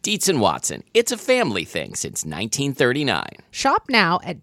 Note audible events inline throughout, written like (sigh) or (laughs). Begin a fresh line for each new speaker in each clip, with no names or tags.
Dietz and Watson, it's a family thing since 1939.
Shop now at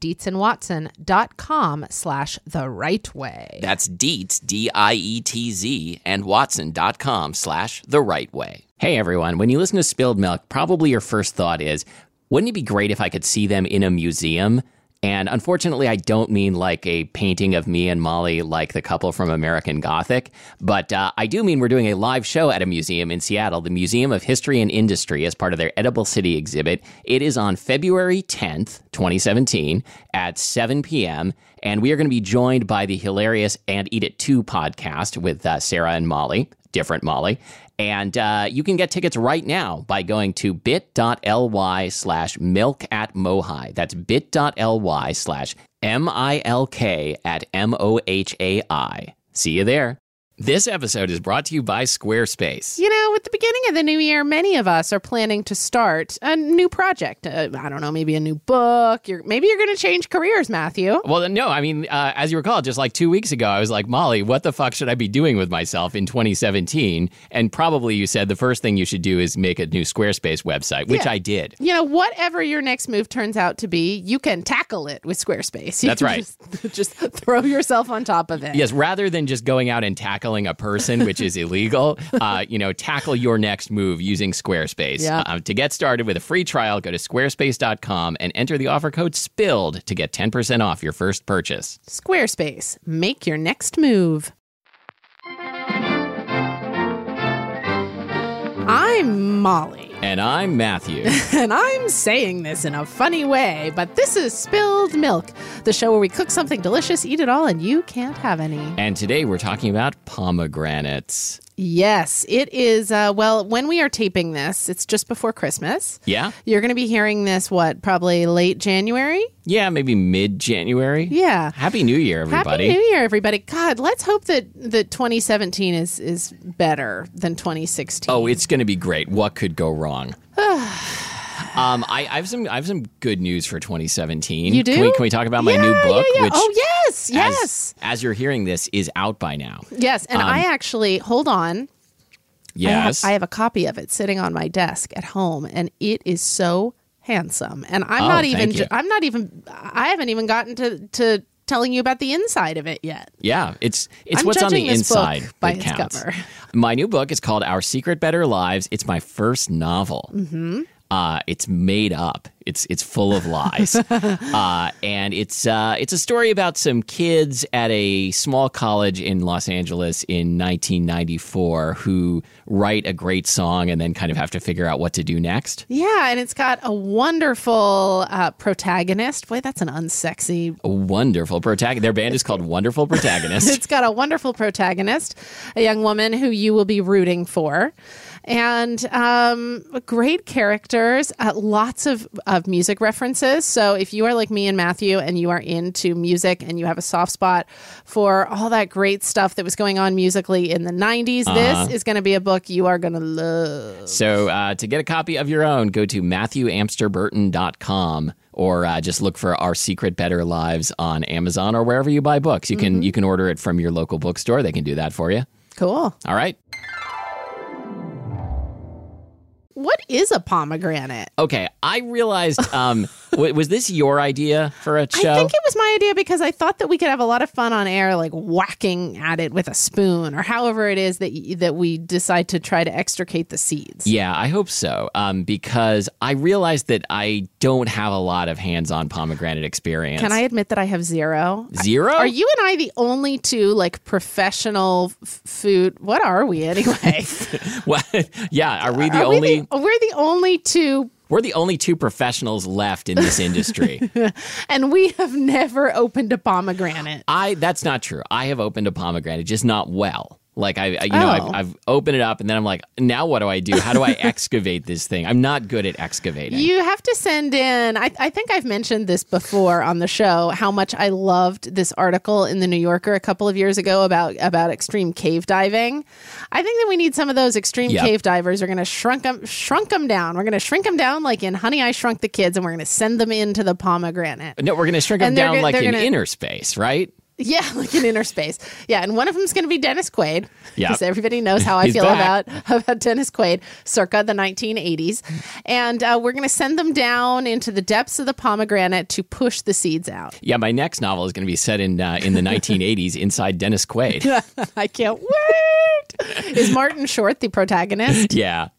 deetzandwatson.com slash the right way.
That's Dietz, D I E T Z, and Watson.com slash the right way. Hey everyone, when you listen to Spilled Milk, probably your first thought is, wouldn't it be great if I could see them in a museum? And unfortunately, I don't mean like a painting of me and Molly, like the couple from American Gothic, but uh, I do mean we're doing a live show at a museum in Seattle, the Museum of History and Industry, as part of their Edible City exhibit. It is on February 10th, 2017, at 7 p.m. And we are going to be joined by the hilarious And Eat It Too podcast with uh, Sarah and Molly, different Molly. And uh, you can get tickets right now by going to bit.ly slash milk at mohai. That's bit.ly slash M I L K at M O H A I. See you there. This episode is brought to you by Squarespace.
You know, with the beginning of the new year, many of us are planning to start a new project. Uh, I don't know, maybe a new book. You're, maybe you're going to change careers, Matthew.
Well, no, I mean, uh, as you recall, just like two weeks ago, I was like, Molly, what the fuck should I be doing with myself in 2017? And probably you said the first thing you should do is make a new Squarespace website, which I did.
You know, whatever your next move turns out to be, you can tackle it with Squarespace. You
That's
can
right.
Just, just (laughs) throw yourself on top of it.
Yes, rather than just going out and tackling a person, which is illegal, uh, you know, tackle your next move using Squarespace.
Yeah.
Uh, to get started with a free trial, go to squarespace.com and enter the offer code SPILLED to get 10% off your first purchase.
Squarespace, make your next move. I'm Molly,
And I'm Matthew.
and I'm saying this in a funny way, but this is Spilled Milk, the show where we cook something delicious, eat it all, and you can't have any.
and today we're talking about pomegranates.
Yes, it is. Uh, well, when we are taping this, it's just before Christmas.
Yeah?
You're going to be hearing this, what, probably late January?
Yeah, maybe mid January.
Yeah.
Happy New Year, everybody.
Happy New Year, everybody. God, let's hope that, that 2017 is, is better than 2016.
Oh, it's going to be great. What could go
(sighs)
wrong? um, I, I have some I have some good news for 2017.
You
Can we,
do?
can we talk about my
yeah,
new book?
yeah, yeah.
Which,
oh, yes,
as-
yes.
As, you're hearing this, is out by now.
yes, and I
um,
actually, hold on. I have-
Yes.
I have, a copy of it sitting on my desk at home, and it is so handsome. And I'm
Oh,
not
thank
even,
you.
I'm not even, I haven't even gotten to, to telling you about the inside of it yet.
yeah, it's it's
I'm
what's on
judging
the
this book
inside
by
that
its
counts.
cover. (laughs)
My new book is called Our Secret Better Lives. It's my first novel. Mm-hmm. Uh, it's made up. It's it's full of
(laughs)
lies, uh, and it's uh, it's a story about some kids at a small college in Los Angeles in 1994 who write a great song and then kind of have to figure out what to do next.
Yeah, and it's got a wonderful uh, protagonist. Boy, that's an unsexy.
A wonderful protagonist. Their band is called Wonderful Protagonist.
(laughs) It's got a wonderful protagonist, a young woman who you will be rooting for, and um, great characters, uh, lots of, of music references. So, if you are like me and Matthew and you are into music and you have a soft spot for all that great stuff that was going on musically in the 90s, this is going to be a book you are going to love.
So uh, to get a copy of your own, go to MatthewAmsterburton.com or uh, just look for Our Secret Better Lives on Amazon or wherever you buy books. You
Mm-hmm.
can you can order it from your local bookstore. They can do that for you.
Cool.
All right.
What is a pomegranate? (laughs)
Okay. I realized um, W- was this your idea for a show?
I think it was my idea because I thought that we could have a lot of fun on air, like whacking at it with a spoon or however it is that y- that we decide to try to extricate the seeds.
yeah, I hope so. Um, because I realized that I don't have a lot of hands-on pomegranate experience.
Can I admit that I have zero?
Zero?
Are you and I the only two like professional f- food? What are we
(laughs)
anyway?
(laughs) What? yeah, are we the
Are we
only?
we're the only two,
we're the only two professionals left in
(laughs)
this industry.
and we have never opened a pomegranate.
I that's not true. I have opened a pomegranate, just not well. Like I, I you know,
Oh.
I've, I've opened it up, and then I'm like, now what do I do? How
(laughs)
do I excavate this thing? I'm not good at excavating.
You have to send in. I, I think I've mentioned this before on the show. How much I loved this article in the New Yorker a couple of years ago about about extreme cave diving. I think that we need some of those extreme
Yep.
cave divers. We're going to shrunk them, shrunk them down. We're going to shrink them down like in Honey I Shrunk the Kids, and we're going to send them into the pomegranate.
no, we're gonna shrink them
And they're
down
gonna-
like
they're
in
gonna-
inner space, right?
Yeah, (laughs) like in inner space. Yeah, and one of them's going to be Dennis Quaid.
Yeah.
because everybody knows how I
He's
feel
back.
about (laughs) about Dennis Quaid, circa the 1980s. And uh, we're going to send them down into the depths of the pomegranate to push the seeds out. (laughs)
Yeah, my next novel is gonna be set in uh, in the 1980s, inside
(laughs)
Dennis Quaid.
I can't wait. Is Martin Short the protagonist?
yeah,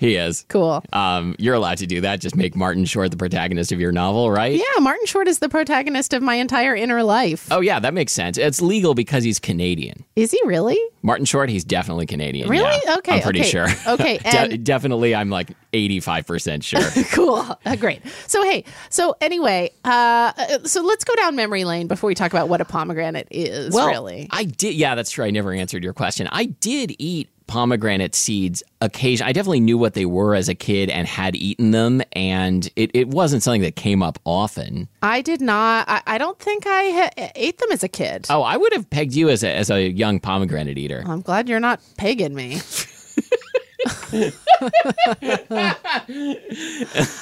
he is.
Cool.
Um, you're allowed to do that. Just make Martin Short the protagonist of your novel, right?
Yeah, Martin Short is the protagonist of my entire inner life.
Oh yeah, that makes sense. It's legal because he's Canadian.
Is he really?
Martin Short, he's definitely Canadian.
Really?
yeah.
Okay,
I'm pretty
okay,
sure.
okay,
(laughs) De-
and-
definitely, I'm like 85% (laughs) sure.
cool. Uh, great. So hey, so anyway, uh, uh, so let's go down memory lane before we talk about what a pomegranate is. really,
I did. Yeah, that's true. I never answered your question. I did eat pomegranate seeds occasion. I definitely knew what they were as a kid and had eaten them, and it, it wasn't something that came up often.
I did not. I, I don't think I ha- ate them as a kid.
Oh, I would have pegged you as a, as a young pomegranate eater.
I'm glad you're not pagan
(laughs)
me. I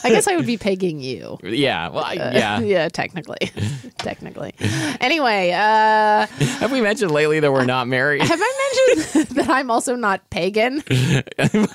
guess I would be pegging you.
Yeah. Well, I,
(laughs)
yeah.
Yeah, technically. technically. Anyway, uh,
have we mentioned lately that we're not married?
have I mentioned (laughs) that I'm also not pagan? I think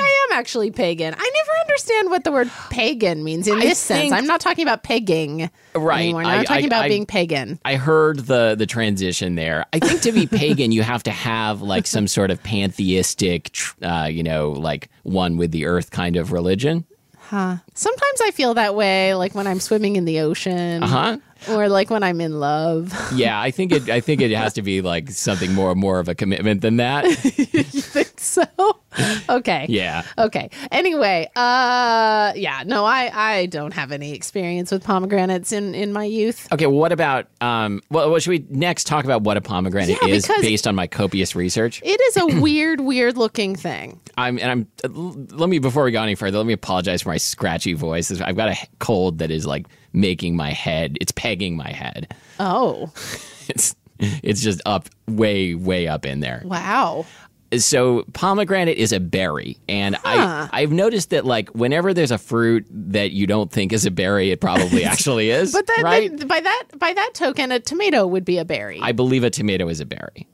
I am actually pagan. I never understand what the word pagan means in this sense.
think-
I'm not talking about pegging
Right.
anymore. Now
I-
I'm talking
I-
about
I-
being pagan.
I heard the the transition there. I think
(laughs)
to be pagan, you have to have like some sort of pantheistic, tr- uh, you know, like one with the earth kind of religion.
Sometimes I feel that way, like when I'm swimming in the ocean
Huh?
or like when I'm in love. (laughs)
Yeah, I think it. I think it has to be like something more more of a commitment than that.
think so. (laughs) okay.
Yeah.
Okay. Anyway, uh yeah, no, I I don't have any experience with pomegranates in in my youth.
Okay. What about um? Well, well, should we next talk about what a pomegranate
Yeah,
is
because-
based on my copious research?
It is
(clears throat)
a weird weird looking thing.
I'm and I'm. uh, l- Let me before we go any further. Let me apologize for my scratchy voice. I've got a h- cold that is like making my head. It's pegging my head.
Oh,
it's it's just up way way up in there
wow.
so pomegranate is a berry and i i've noticed that like whenever there's a fruit that you don't think is a berry
(laughs)
it probably actually is
But that,
right
that- by that by that token a tomato would be a berry.
i believe a tomato is a berry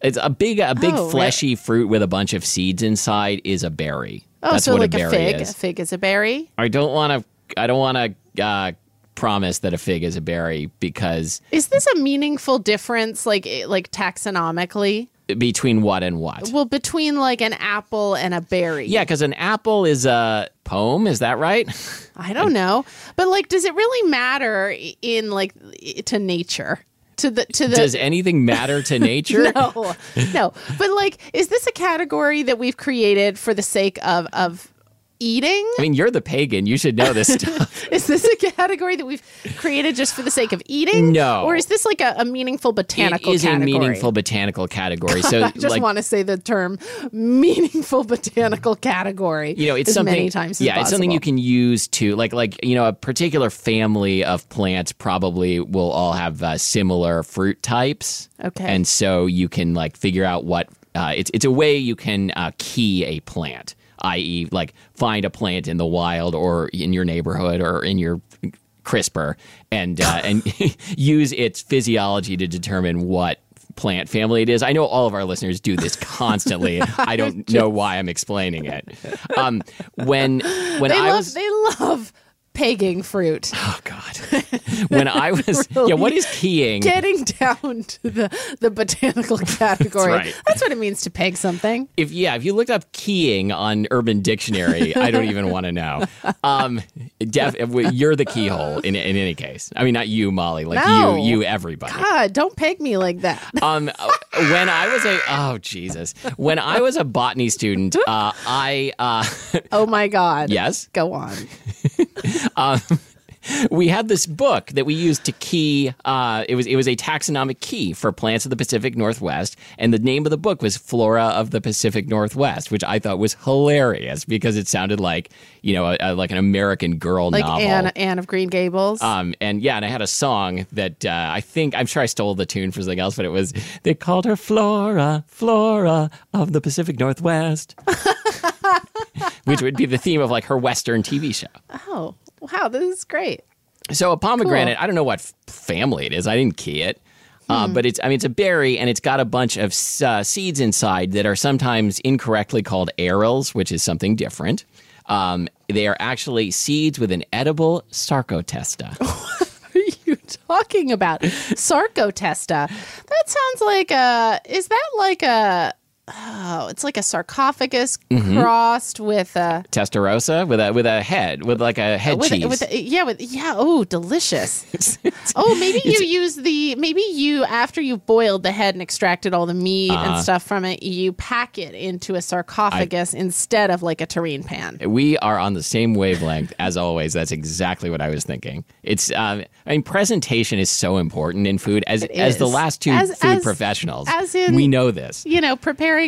it's a big a big
Oh, right.
fleshy fruit with a bunch of seeds inside is a berry
oh,
that's
so
what
like
a berry
fig. A
is
fig is a berry.
i don't want to i don't want to uh promise that a fig is a berry because
Is this a meaningful difference like eh, like taxonomically?
between what and what
Well, between like an apple and a berry.
yeah because an apple is a poem is that right
I don't know, but like, does it really matter i- in like i- to nature? To the to the
Does anything
(laughs)
matter to nature?
no no, but like, is this a category that we've created for the sake of of eating?
I mean, you're the pagan. You should
(laughs)
know this stuff.
Is this a category that we've created just for the sake of eating?
No.
or is this like a, a meaningful
it
botanical
is a
category?
meaningful botanical category. So,
I (laughs) just
like,
want to say the term (laughs) "meaningful botanical category."
you know, it's
as
something.
many times. As
yeah, it's something you
possible.
can use to like, like you know, a particular family of plants probably will all have uh, similar fruit types.
Okay.
and so you can like figure out what uh, it's. It's a way you can uh, key a plant, i.e., like find a plant in the wild or in your neighborhood or in your CRISPR, and uh, and (laughs) use its physiology to determine what plant family it is. I know all of our listeners do this
(laughs)
constantly. I don't know why I'm explaining it. Um, when when
They
I
love
was
they love pegging
(laughs)
fruit.
Oh God! When I
(laughs)
was yeah, what is keying?
Getting down to the, the
(laughs)
botanical category.
right.
That's what it means to peg something.
If yeah, if you looked up keying on Urban Dictionary, I don't even want
(laughs)
to know. Um, def, you're the keyhole in in any case. I mean, not you, Molly. Like
No.
you, you, everybody.
God, Ah, don't peg me like that.
Um, when I was a oh Jesus, when I was a botany student, uh, I uh, (laughs)
Oh my God.
yes,
Go on.
we had this book that we used to key. Uh, it was it was a taxonomic key for plants of the Pacific Northwest, and the name of the book was Flora of the Pacific Northwest, which I thought was hilarious because it sounded like you know a, a- like an American girl
Like
novel.
Anne, Anne of Green Gables.
Um, and yeah, and I had a song that uh, I think I'm sure I stole the tune for something else, but it was they called her Flora, Flora of the Pacific Northwest, which would be the theme of like her Western TV show.
oh, wow. This is great.
So a pomegranate, I don't know what f- family it is. I didn't key it. Uh,
Hmm.
but it's, I mean, it's a berry and it's got a bunch of s- uh, seeds inside that are sometimes incorrectly called arils, which is something different. Um, they are actually seeds with an edible
(laughs) Oh.
sarcotesta.
What are you talking about? Sarcotesta. That sounds like a. Is that like a. Oh, it's like a sarcophagus crossed with a.
Testarossa with a, with a head, with like a head
With,
cheese.
with yeah with yeah oh delicious oh maybe you use the maybe you after you've boiled the head and extracted all the meat and stuff from it you pack it into a sarcophagus instead of like a terrine pan
we are on the same wavelength as always. That's exactly what I was thinking. It's, um, I mean, presentation is so important in food as, as the
is.
last two
As-
food
as-
professionals.
as in-
we know this.
you know preparing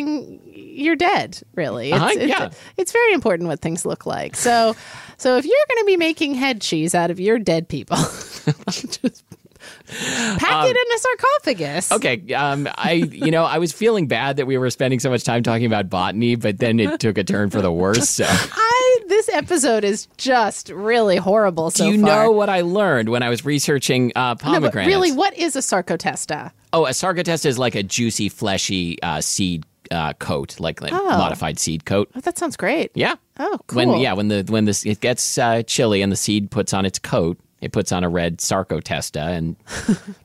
your dead really it's,
Uh-huh,
it's,
yeah.
it's very important what things look like so so if you're going to be making head cheese out of your dead people (laughs) just pack it in a sarcophagus
Um, Okay, um, I you know I was feeling bad that we were spending so much time talking about botany, but then it took a turn for the worse. So,
I this episode is just really horrible (laughs) so
do you
far.
know what I learned when I was researching uh,
No, but
pomegranates?
really, what is a sarcotesta?
Oh, a sarcotesta is like a juicy, fleshy uh, seed uh, coat, like, like modified seed coat.
Oh, that sounds great.
Yeah.
Oh, cool.
When yeah, when the when this it gets uh, chilly and the seed puts on its coat, it puts on a red
(laughs)
sarcotesta and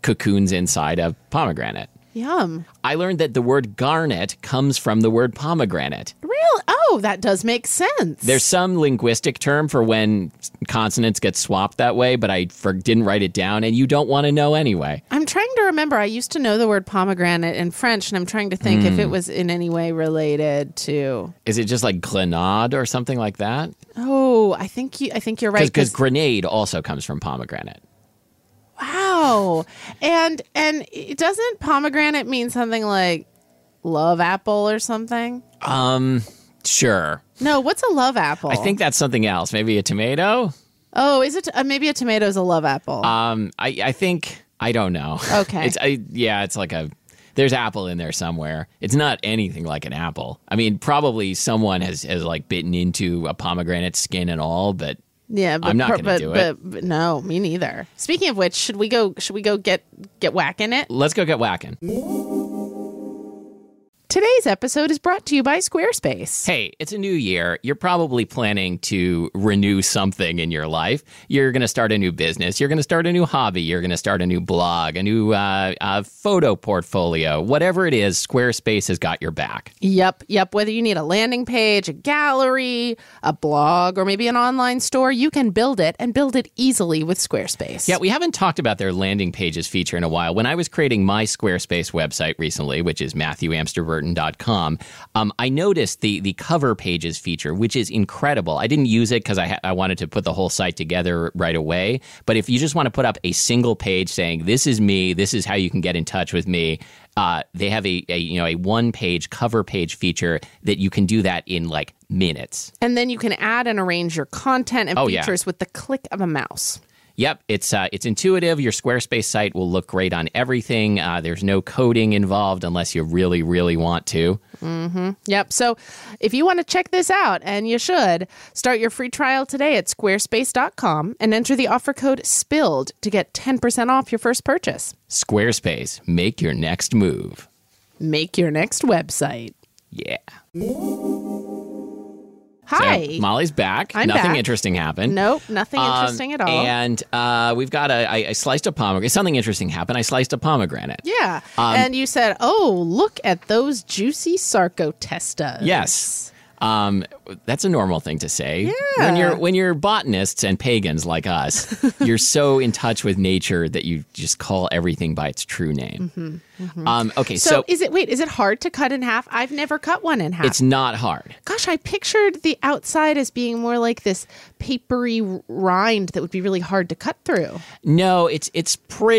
cocoons inside a pomegranate.
Yum.
I learned that the word garnet comes from the word pomegranate.
Real. Oh, that does make sense.
There's some linguistic term for when consonants get swapped that way, but I for, didn't write it down, and you don't want to know anyway.
I'm trying to remember. I used to know the word pomegranate in French, and I'm trying to think
Mm.
if it was in any way related to.
Is it just like grenade or something like that?
Oh, I think you. I think you're right.
Because grenade also comes from pomegranate.
wow. And and it doesn't pomegranate mean something like love apple or something?
Sure.
No, what's a love apple?
I think that's something else. Maybe a tomato?
Oh, is it uh, maybe a tomato is a love apple?
Um, I, I think, I don't know.
Okay.
it's, I, yeah, it's like a, there's apple in there somewhere. It's not anything like an apple. I mean, probably someone has, has like bitten into a pomegranate skin and all, but
Yeah, but
I'm not
pro-
gonna
but,
do
but,
it.
but no, me neither. Speaking of which, should we go? Should we go get get whack in it?
let's go get whacking.
Today's episode is brought to you by Squarespace.
Hey, it's a new year. You're probably planning to renew something in your life. You're going to start a new business. You're going to start a new hobby. You're going to start a new blog, a new uh, uh, photo portfolio. Whatever it is, Squarespace has got your back.
Yep, yep. Whether you need a landing page, a gallery, a blog, or maybe an online store, you can build it and build it easily with Squarespace.
Yeah, we haven't talked about their landing pages feature in a while. When I was creating my Squarespace website recently, which is MatthewAmsterburton.com, um, I noticed the the cover pages feature, which is incredible. I didn't use it because I, ha- I wanted to put the whole site together right away. But if you just want to put up a single page saying, this is me, this is how you can get in touch with me, uh, they have a, a you know a one page cover page feature that you can do that in like minutes.
And then you can add and arrange your content and
Oh, yeah.
features with the click of a mouse.
Yep, it's uh, it's intuitive. Your Squarespace site will look great on everything. Uh, there's no coding involved unless you really, really want to.
Yep. So if you want to check this out, and you should, start your free trial today at squarespace.com and enter the offer code SPILLED to get 10% off your first purchase.
Squarespace, make your next move.
Make your next website.
Yeah.
Hi.
So Molly's back.
I'm
Nothing
back.
interesting happened.
Nope, nothing
Um,
interesting at all.
And uh, we've got a. I, I sliced a pomegranate. Something interesting happened. I sliced a pomegranate.
yeah.
Um,
and you said, oh, look at those juicy sarcotestas.
Yes. Um, that's a normal thing to say. When you're when you're botanists and pagans like us,
(laughs)
you're so in touch with nature that you just call everything by its true name. Um, okay,
Mm-hmm, So,
so,
is it, wait, is it hard to cut in half? I've never cut one in half.
it's not hard.
Gosh, I pictured the outside as being more like this papery rind that would be really hard to cut through.
No, it's it's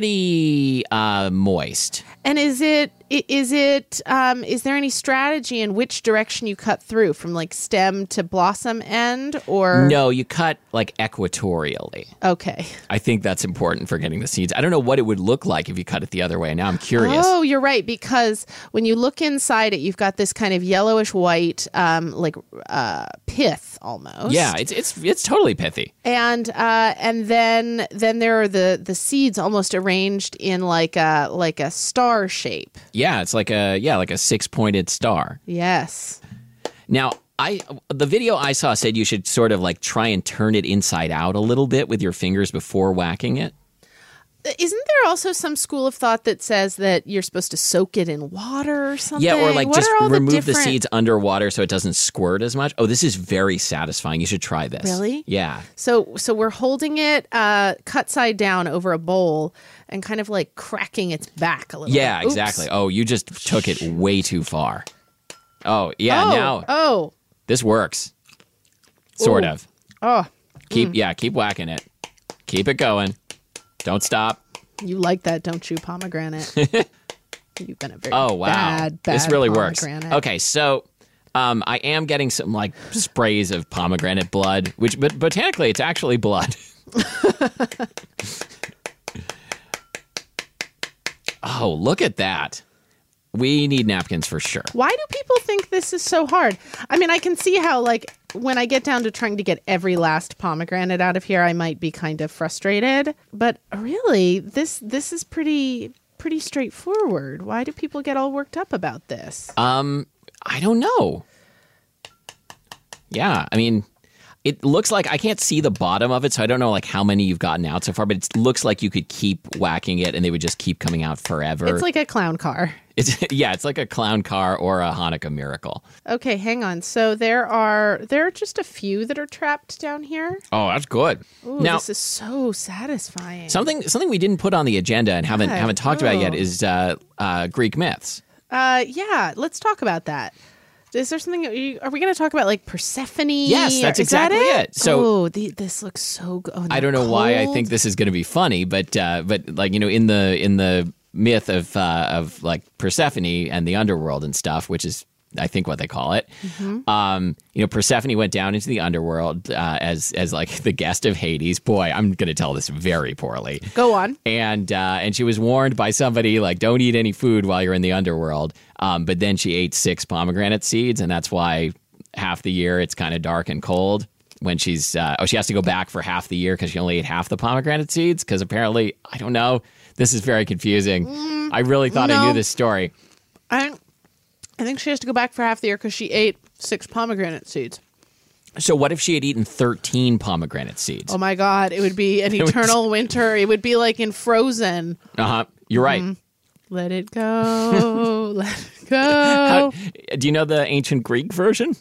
pretty uh, moist.
And is it i- is it um, is there any strategy in which direction you cut through from like stem to blossom end or
No, you cut like equatorially.
Okay.
I think that's important for getting the seeds. I don't know what it would look like if you cut it the other way. Now I'm curious.
Oh, you're right because when you look inside it, you've got this kind of yellowish white, um, like uh, pith almost.
Yeah, it's it's it's totally pithy.
and uh, and then then there are the the seeds almost arranged in like a like a star shape.
Yeah, it's like a yeah like a six pointed star.
Yes.
Now, I the video I saw said you should sort of like try and turn it inside out a little bit with your fingers before whacking it.
Isn't there also some school of thought that says that you're supposed to soak it in water or something?
Yeah, or like
What
just
are all
remove the,
different-
seeds underwater so it doesn't squirt as much. Oh, this is very satisfying. You should try this.
Really?
Yeah.
So so we're holding it uh, cut side down over a bowl and kind of like cracking its back a little.
Yeah,
bit. Oops.
exactly. Oh, you just took it way too far. Oh, yeah,
Oh,
now
oh
this works. Sort
Ooh.
of.
oh,
Keep yeah, keep whacking it. Keep it going. Don't stop.
you like that, don't you,
(laughs)
pomegranate? You've been a very
Oh wow,
bad, bad
this really works.
pomegranate.
Okay, so um, I am getting some like sprays of pomegranate blood, which but botanically it's actually blood. (laughs) oh, look at that! We need napkins for sure.
Why do people think this is so hard? I mean, I can see how, like, when I get down to trying to get every last pomegranate out of here, I might be kind of frustrated. But really, this this is pretty pretty straightforward. Why do people get all worked up about this?
Um, I don't know. Yeah, I mean, it looks like I can't see the bottom of it, so I don't know like how many you've gotten out so far. But it looks like you could keep whacking it, and they would just keep coming out forever.
it's like a clown car.
It's (laughs) yeah, it's like a clown car or a Hanukkah miracle.
Okay, hang on. So there are there are just a few that are trapped down here.
Oh, that's good.
Ooh,
now,
this is so satisfying.
something something we didn't put on the agenda and haven't
God,
haven't talked about yet
no.
is uh, uh, Greek myths.
Uh, yeah, let's talk about that. Is there something? you- Are we going to talk about like Persephone?
Yes, that's
Or- is that
exactly it. So-
oh, the, this looks so oh, good.
I don't know why I think this is going to be funny, but uh, but like you know in the in the myth of uh, of like Persephone and the underworld and stuff, which is I think what they call it.
Mm-hmm.
Um, you know, Persephone went down into the underworld uh, as as like (laughs) the guest of Hades. Boy, I'm going to tell this very poorly.
Go on.
and uh, and she was warned by somebody like don't eat any food while you're in the underworld. Um, but then she ate six pomegranate seeds, and that's why half the year it's kind of dark and cold. When she's uh, oh, she has to go back for half the year because she only ate half the pomegranate seeds because apparently I don't know. This is very confusing. I really thought I
no.
knew this story.
I, I think she has to go back for half the year because she ate six pomegranate seeds.
So what if she had eaten thirteen pomegranate seeds?
Oh my God! It would be
(laughs)
an
would-
eternal winter. It would be like in Frozen.
Uh huh. You're right.
Let it go. (laughs) let it go.
Uh, Do you know the ancient Greek version?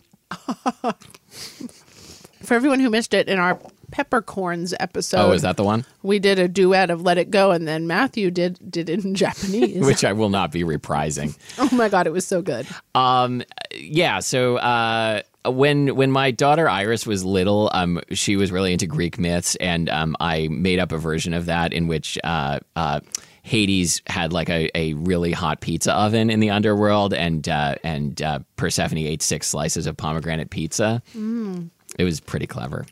For everyone who missed it in our peppercorns episode,
Oh, is that the one?
we did a duet of "Let It Go" and then Matthew did did it in (laughs) Japanese.
Which I will not be reprising.
Oh my god, it was so good.
Um, yeah so uh when when my daughter Iris was little, um, she was really into Greek myths, and um, I made up a version of that in which uh, uh, Hades had like a, a really hot pizza oven in the underworld, and uh, and uh, Persephone ate six slices of pomegranate pizza.
Hmm.
It was pretty clever.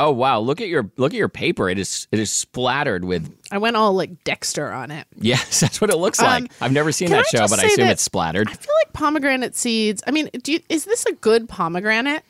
Oh wow! Look at your look at your paper. It is it is splattered with (laughs)
I went all like Dexter on it.
yes. That's what it looks
Um,
like. I've never seen
can
that
I
show,
just
but I
say
assume
that
it's splattered.
I feel like pomegranate seeds. I mean, do you, is this a good pomegranate?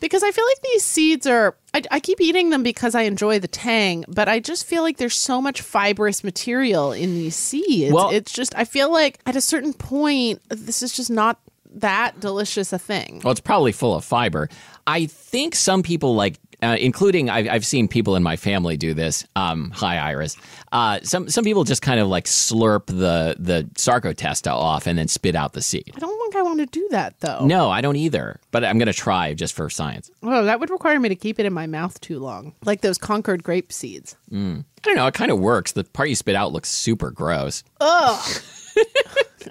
Because I feel like these seeds are. I, I keep eating them because I enjoy the tang, but I just feel like there's so much fibrous material in these seeds.
Well-
it's just I feel like at a certain point, this is just not that delicious a thing.
Well, it's probably full of fiber. I think some people like, uh, including I've, I've seen people in my family do this. Um, hi, Iris. Uh, some some people just kind of like slurp the the sarcotesta off and then spit out the seed.
I don't think I want to do that though.
No, I don't either. But I'm gonna try just for science.
Oh, that would require me to keep it in my mouth too long, like those Concord grape seeds.
I don't know. It kind of works. The part you spit out looks super gross.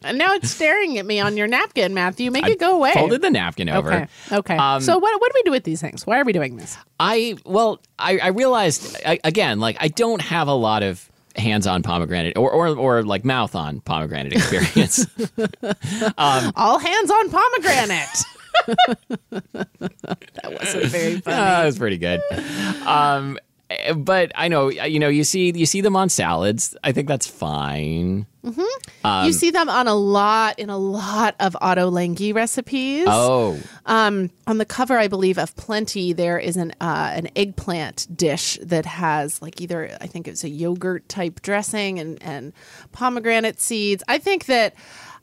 And now it's staring at me on your napkin, Matthew. Make it go away.
Folded the napkin over.
Okay. Okay.
Um,
so what what do we do with these things? Why are we doing this?
I well, I, I realized I, again, like I don't have a lot of hands-on pomegranate or or, or like mouth-on pomegranate (laughs) experience.
All hands on pomegranate.
(laughs)
that wasn't very
(laughs)
funny.
Uh, it was pretty good. Um, eh, but I know you know you see you see them on salads. I think that's fine. Um,
you see them on a lot in a lot of auto langi recipes.
Oh,
Um, on the cover, I believe, of Plenty, there is an uh, an eggplant dish that has like either I think it's a yogurt type dressing and and pomegranate seeds. I think that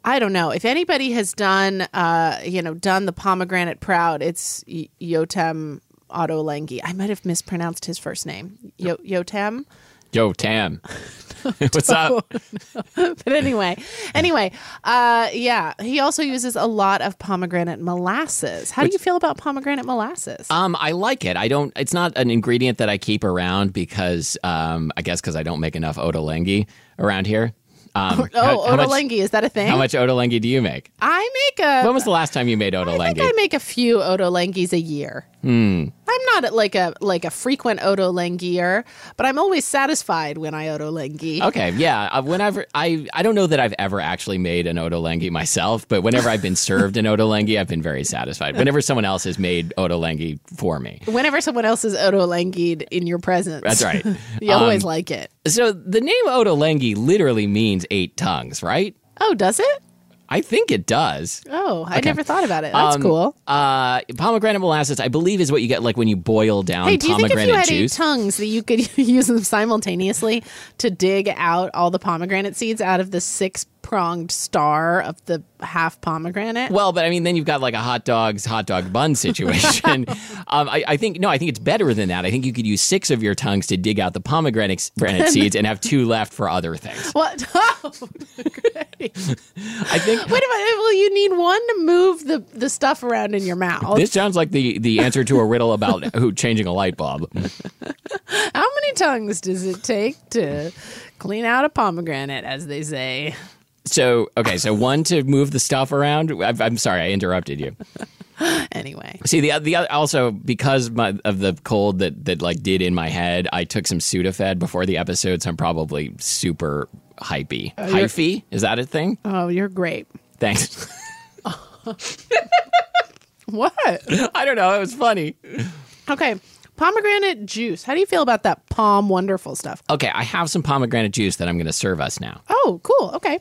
I don't know if anybody has done uh you know done the pomegranate proud. It's y- Yotem Ottolenghi. I might have mispronounced his first name. Yo- Yotem.
yo Tam, what's up?
(laughs) but anyway, anyway, uh, yeah. He also uses a lot of pomegranate molasses. How do you feel about pomegranate molasses?
Um, I like it. I don't. It's not an ingredient that I keep around because um, I guess because I don't make enough otolenghi around here. Um,
Oh,
how, much,
Ottolenghi, is that a thing?
how much otolenghi do you make?
I make a.
When was the last time you made
I think
otolenghi?
I make a few Ottolenghi's a year.
Hmm.
I'm not like a like a frequent Ottolenghier, but I'm always satisfied when I Ottolenghi.
Okay, yeah. uh, Whenever I, I don't know that I've ever actually made an otolenghi myself, but whenever I've been served an otolenghi, I've been very satisfied. Whenever someone else has made otolenghi for me,
Whenever someone else is Ottolenghied in your presence,
that's right.
(laughs)
Um,
you always like it.
so the name otolenghi literally means eight tongues, right?
Oh, does it?
I think it does.
Oh, I never thought about it. That's
Um,
cool.
Uh, pomegranate molasses, I believe, is what you get like when you boil down
Hey, do you think if
pomegranate
you had
juice.
eight tongues that you could (laughs) use them simultaneously to dig out all the pomegranate seeds out of the six pronged star of the half pomegranate?
Well, but I mean, then you've got like a hot dogs, hot dog bun (laughs) situation. um, I, I think no, I think it's better than that. I think you could use six of your tongues to dig out the pomegranate granite seeds and have two left for other things.
What? (laughs) Oh, great.
I think
Wait a minute. Well, you need one to move the, the stuff around in your mouth.
this sounds like the the answer to a riddle about (laughs) who changing a light bulb.
How many tongues does it take to clean out a pomegranate, as they say?
So okay, so one to move the stuff around. i I'm sorry, I interrupted you.
Anyway.
See the the other- also because my, of the cold that that like did in my head, I took some Sudafed before the episode, so I'm probably super hypey.
you're-
Hyphy is that a thing?
Oh, you're great.
Thanks.
What?
I don't know. It was funny.
Okay. Pomegranate juice. How do you feel about that palm wonderful stuff?
Okay, I have some pomegranate juice that I'm going to serve us now.
Oh, cool. Okay.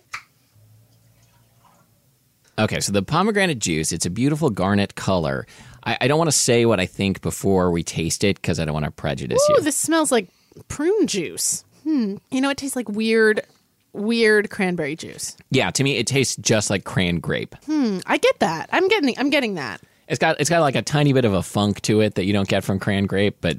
Okay, so the pomegranate juice, it's a beautiful garnet color. I, I don't want to say what I think before we taste it because I don't want to prejudice
Ooh,
you.
this smells like prune juice. Hmm. You know, it tastes like weird, weird cranberry juice. Hmm,
yeah, to me, it tastes just like cran grape.
I get that. I'm getting. I'm getting that.
It's got it's got like a tiny bit of a funk to it that you don't get from cran grape, but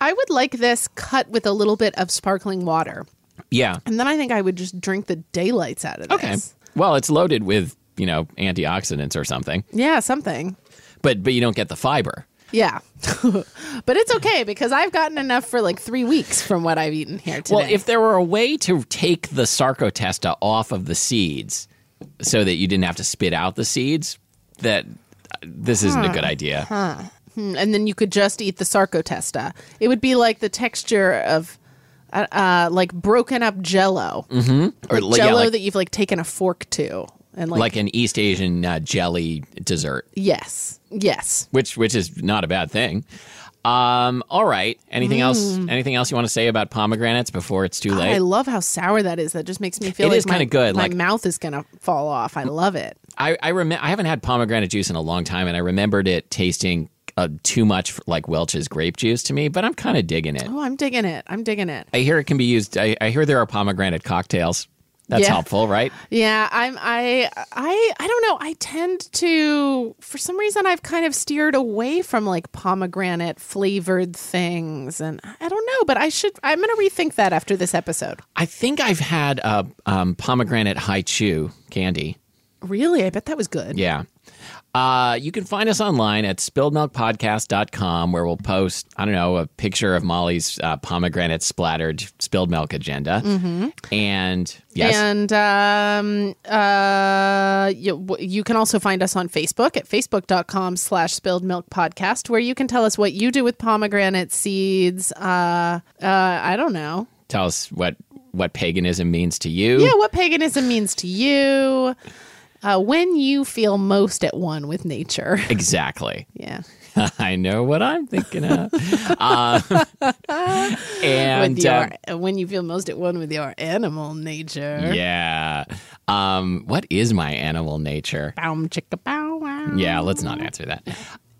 I would like this cut with a little bit of sparkling water,
yeah,
and then I think I would just drink the daylights out of this.
okay. Well, it's loaded with you know antioxidants or something,
Yeah, something.
but but you don't get the fiber.
Yeah, (laughs) but it's okay because I've gotten enough for like three weeks from what I've eaten here today.
Well, if there were a way to take the sarcotesta off of the seeds so that you didn't have to spit out the seeds, that this isn't a good idea.
Mm, and then you could just eat the sarcotesta. It would be like the texture of. Uh, uh, like broken up jello.
Or Mm-hmm. like, yeah,
jello
like,
that you've like taken a fork to and like,
like an East Asian uh, jelly dessert,
yes yes
which which is not a bad thing. Um, all right. Anything else? Anything else you want to say about pomegranates before it's too late?
Mm. I love how sour that is. That just makes me feel
It
like
is
my-
kinda good,
My
like-
mouth is gonna fall off. I love it.
I I, rem- I haven't had pomegranate juice in a long time, and I remembered it tasting uh, too much like Welch's grape juice to me. But I'm kind of digging it.
Oh, I'm digging it. I'm digging it.
I hear it can be used. I, I hear there are pomegranate cocktails. That's
Yeah.
helpful, right?
Yeah, I'm I I I don't know. I tend to for some reason I've kind of steered away from like pomegranate flavored things and I don't know, but I should I'm going to rethink that after this episode.
I think I've had uh, um, pomegranate high chew candy.
Really? I bet that was good.
Yeah. Uh, you can find us online at spilledmilkpodcast.com where we'll post, I don't know, a picture of Molly's uh, pomegranate splattered spilled milk agenda. And yes,
Mm-hmm. And um, uh, you, w- you can also find us on Facebook at facebook.com slash spilled milk podcast, where you can tell us what you do with pomegranate seeds. Uh, uh, I don't know.
tell us what, what paganism means to you.
Yeah, what paganism means to you, uh, when you feel most at one with nature. (laughs)
Exactly. (laughs)
Yeah.
I know what I'm thinking of. (laughs) um, and
(laughs) with
uh,
your, when you feel most at one with your animal nature.
yeah. Um, what is my animal nature?
Bow, chicka, bow, wow.
Yeah, let's not answer that.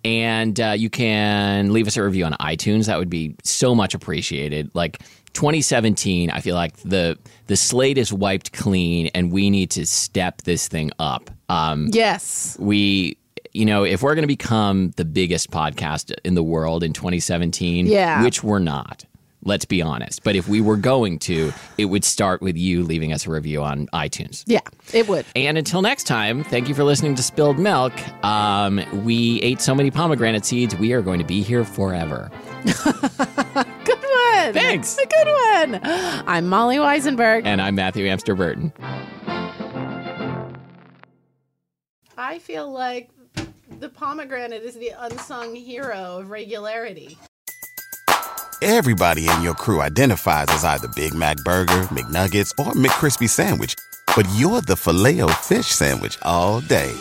And uh, you can leave us a review on iTunes. That would be so much appreciated. Like 2017, I feel like the the slate is wiped clean, and we need to step this thing up. Um,
Yes.
we, you know, if we're going to become the biggest podcast in the world in 2017,
Yeah.
which we're not. Let's be honest. But if we were going to, it would start with you leaving us a review on iTunes.
Yeah, it would.
And until next time, thank you for listening to Spilled Milk. Um, we ate so many pomegranate seeds, we are going to be here forever.
Good one.
Thanks.
A good one. (gasps) I'm Molly Weisenberg.
And I'm Matthew Amster Burton.
I feel like the pomegranate is the unsung hero of regularity.
Everybody in your crew identifies as either Big Mac Burger, McNuggets, or McCrispy Sandwich. But you're the filet fish Sandwich all day.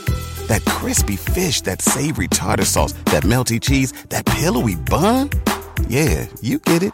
That crispy fish, that savory tartar sauce, that melty cheese, that pillowy bun. Yeah, you get it.